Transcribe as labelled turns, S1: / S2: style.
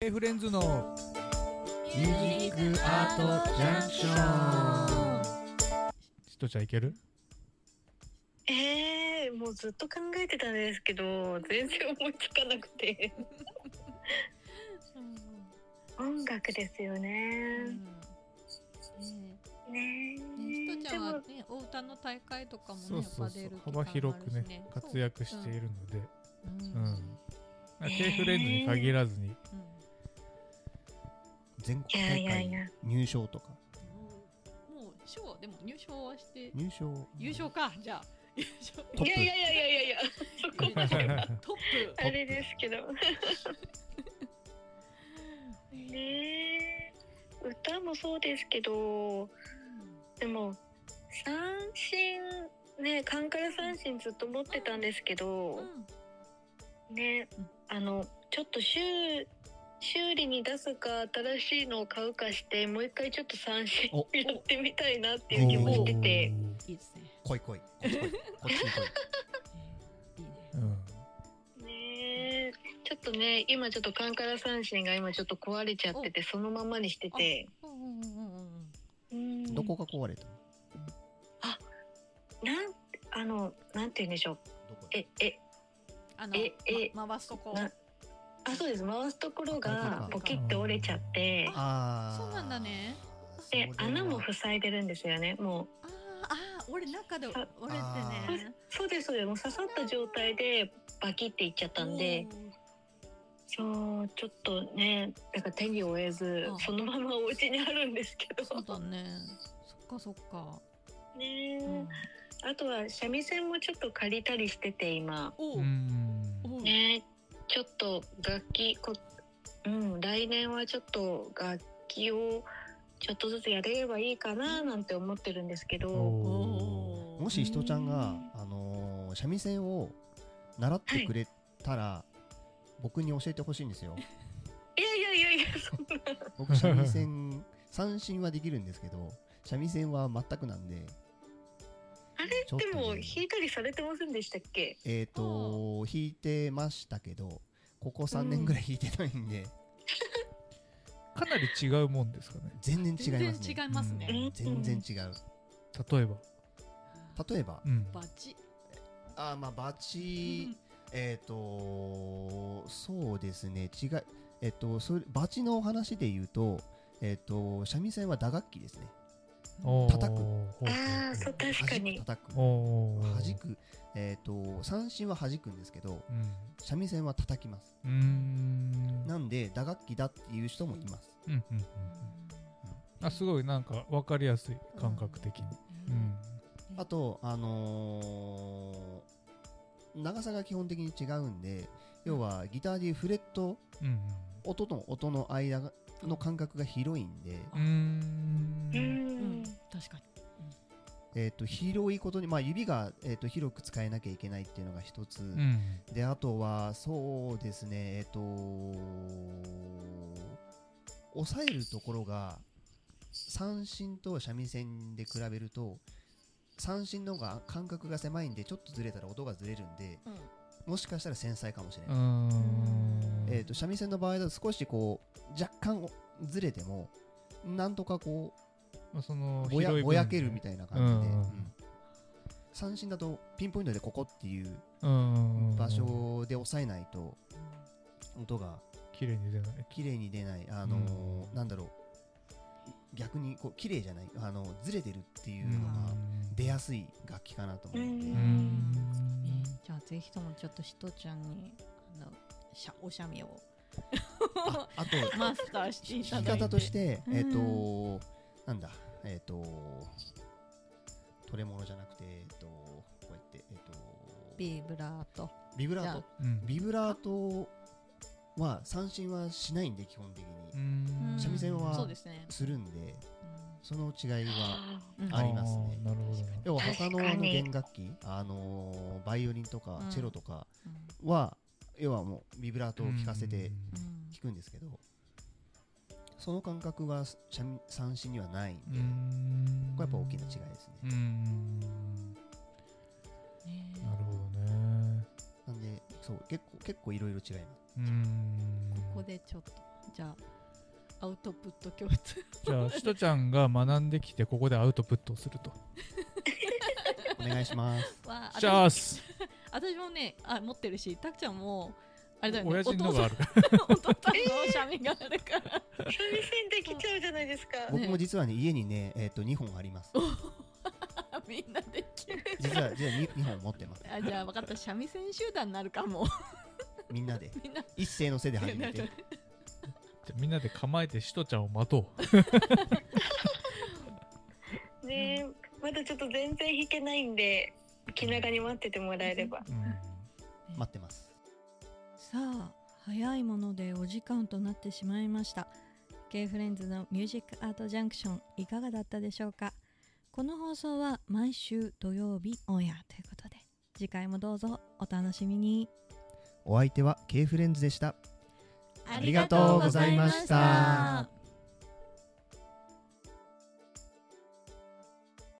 S1: K フレンズの
S2: ミュージックアートジャンクショ
S1: ひとちゃんいける
S3: ええもうずっと考えてたんですけど全然思いつかなくて音楽ですよ
S2: う
S3: ね
S2: んね
S3: ね
S2: えねえひとちゃんは
S3: でも
S2: ねお歌の大会とかもね
S1: そうそうそ
S2: やっぱ出る
S1: う
S2: 機会
S1: 幅
S2: もあるしね
S1: 広くね活躍しているので
S2: うん
S1: うんまあ K フレンズに限らずに
S4: 全
S3: い
S4: 国
S3: や
S4: 大
S3: いやいや
S4: 会入賞とか
S2: うんもう賞でも入賞はして
S4: 入賞
S2: 優勝かじゃあ優勝
S4: トップ
S3: いやいやいやいやい やいやそこまでは
S2: トッ
S3: あれですけどねえ歌もそうですけどでも三振ねカンカラ三振ずっと持ってたんですけど、
S2: プうん
S3: ね、
S2: うん
S3: あのちょっと修修理に出すか新しいのを買うかしてもう一回ちょっと三振
S4: お
S3: やってみたいなっていう気もしてて
S2: いいですね
S4: 来い来いこっち来いこっちに来い
S2: いいね
S1: うん
S3: ねえちょっとね今ちょっとカンカラ三振が今ちょっと壊れちゃっててそのままにしてて
S2: うんうんうんうん
S3: うん
S4: どこが壊れたの
S3: なんあのなんて言うんでしょう
S4: どこ
S3: ええ
S2: あの
S3: ええ
S2: ま回すとこ
S3: なあそうです回すところがポキッと折れちゃって
S4: あー
S2: そうなんだね
S4: そ
S3: で
S4: うだよな
S3: 穴も塞いでるんですよねもう
S2: あーあー俺中で折れてね
S3: そうですそうですもう刺さった状態でバキっていっちゃったんでそうちょっとねだから手に負えず
S2: うん
S3: そのままお家にあるんですけど
S2: そうだねそっかそっか、
S3: ねえ、
S2: うん、
S3: あとは三味線もちょっと借りたりしてて今
S2: お
S1: う
S2: うんおう
S3: ねえちょっと楽器こうん来年はちょっと楽器をちょっとずつやれればいいかななんて思ってるんですけど
S1: おー
S4: もしひとちゃんが、あのー三味線を習ってくれたら、僕に教えてほしいんで すよ。
S3: いやいやいやいやそんな
S4: 僕三味線三振はできるんですけど三味線は全くなんで
S3: あれ
S4: ちょっと
S3: でも
S4: ね
S3: 弾いたりされてませんでしたっけ
S4: えっ、と弾いてましたけどここ3年ぐらい弾いてないんで、
S1: かなり違うもんですかね
S4: 全然違い
S2: 全
S4: ま
S2: 然
S4: すね
S2: 違います
S1: う
S2: ね、
S3: ん
S4: 全然違う
S1: 例えば
S4: 例えば
S1: うん
S2: バチ
S4: あーまあバチえっ、とそうですね違いえっ、とそれバチのお話で言うとえっ、と三味線は打楽器ですね
S1: おー
S4: 叩く
S1: ほうほう
S3: ああそう確かに
S4: 弾く叩く
S1: おー
S4: 弾くえっ、と三振は弾くんですけど
S1: うん
S4: 三味線は叩きます
S1: うーん
S4: なんで打楽器だっていう人もいます
S1: うんうんうんあすごいなんか分かりやすい感覚的にうん
S4: あと、あのー長さが基本的に違うんで、要はギターでいうフレット、
S1: うん
S4: 音と音の間がの間隔が広いんで、
S1: うんうんう
S3: う
S1: ーん
S2: うん
S3: ん
S2: 確かに
S4: えー、と広いことに、まあ、指が、えー、と広く使えなきゃいけないっていうのが一つ、
S1: うん
S4: であとはそうですねえっ、と押さえるところが三振と三味線で比べると三振の方が間隔が狭いんでちょっとずれたら音がずれるんで
S2: うん
S4: もしかしたら繊細かもしれ
S1: う
S4: ない、
S1: ん
S4: えー、と三味線の場合だと少しこう若干おずれてもなんとかこ
S1: まあその
S4: うぼや
S1: 広い分
S4: ぼやけるみたいな感じで、
S1: うん
S4: うん三振だとピンポイントでここっていう
S1: うん
S4: 場所で押さえないと音が
S1: 綺麗に出ない
S4: 綺麗に出ないあのー
S1: うん
S4: なんだろう逆にこう綺麗じゃないあのずれてるっていう
S1: う
S4: のが
S1: ん
S4: 出やすい楽器かなと思うんで、
S3: う
S1: うん
S2: ねじゃあぜひともちょっとひとちゃんにあのしゃおしゃみを
S4: ああと
S2: マスターしていた
S4: 弾き
S2: だいて
S4: 方として、
S2: うん
S4: えっ、となんだえっ、と取れ物じゃなくてえっ、とこうやってえっ、と
S2: ビブラート
S4: ビブラ
S2: じ
S4: ー
S2: ゃ
S4: ト
S2: あ
S1: うん
S4: ビブラートは三振はしないんで基本的に
S1: うん
S4: 三味線は
S2: そうですね、
S4: するんでその違いは
S3: あ
S2: うん
S4: ありますね
S1: あーなるほどな
S4: 要は他のあ
S3: 確か
S4: の
S3: に
S4: 弦楽器あのバイオリンとか
S2: うん
S4: チェロとか
S2: うん
S4: は、要はもうビブラートを聴かせて
S2: うん
S4: 聴くんですけど、その感覚が三味三振にはないんで、
S1: うん
S4: ここはやっぱ大きな違いですね、
S1: うん
S2: ね
S1: なるほどね
S4: なんで、そう、結構、結構いろいろ違います。
S1: うん
S2: ここでちょっとじゃあアウトプット共通
S1: じゃあしとちゃんが学んできてここでアウトプットをすると
S4: お願い します。
S2: は
S1: シャース
S2: 私もねあ持ってるしたくちゃんもあれだよね
S1: 親父のがあるから
S2: お父さんお父さんのシャミがあるから
S3: 三味線できちゃうじゃないですか。
S4: 僕も実はね、家にね、えっと、2本あります。
S2: みんなできる
S4: 実は、実は 2, 本持ってます。
S2: あじゃあ分かった三味線集団になる かも
S4: みんなで。
S2: みんな
S4: 一斉のせで始め
S1: じ
S4: て。
S1: ゃあみんなで構えてしとちゃんを待とう
S3: ねえ、まだちょっと全然弾けないんで、気長に待っててもらえれば。
S1: う
S4: 待ってます。
S2: さあ早いものでお時間となってしまいました K フレンズのミュージックアートジャンクションいかがだったでしょうかこの放送は毎週土曜日オンエアということで次回もどうぞお楽しみに
S4: お相手は K フレンズでした。
S2: あ
S4: りがとうございました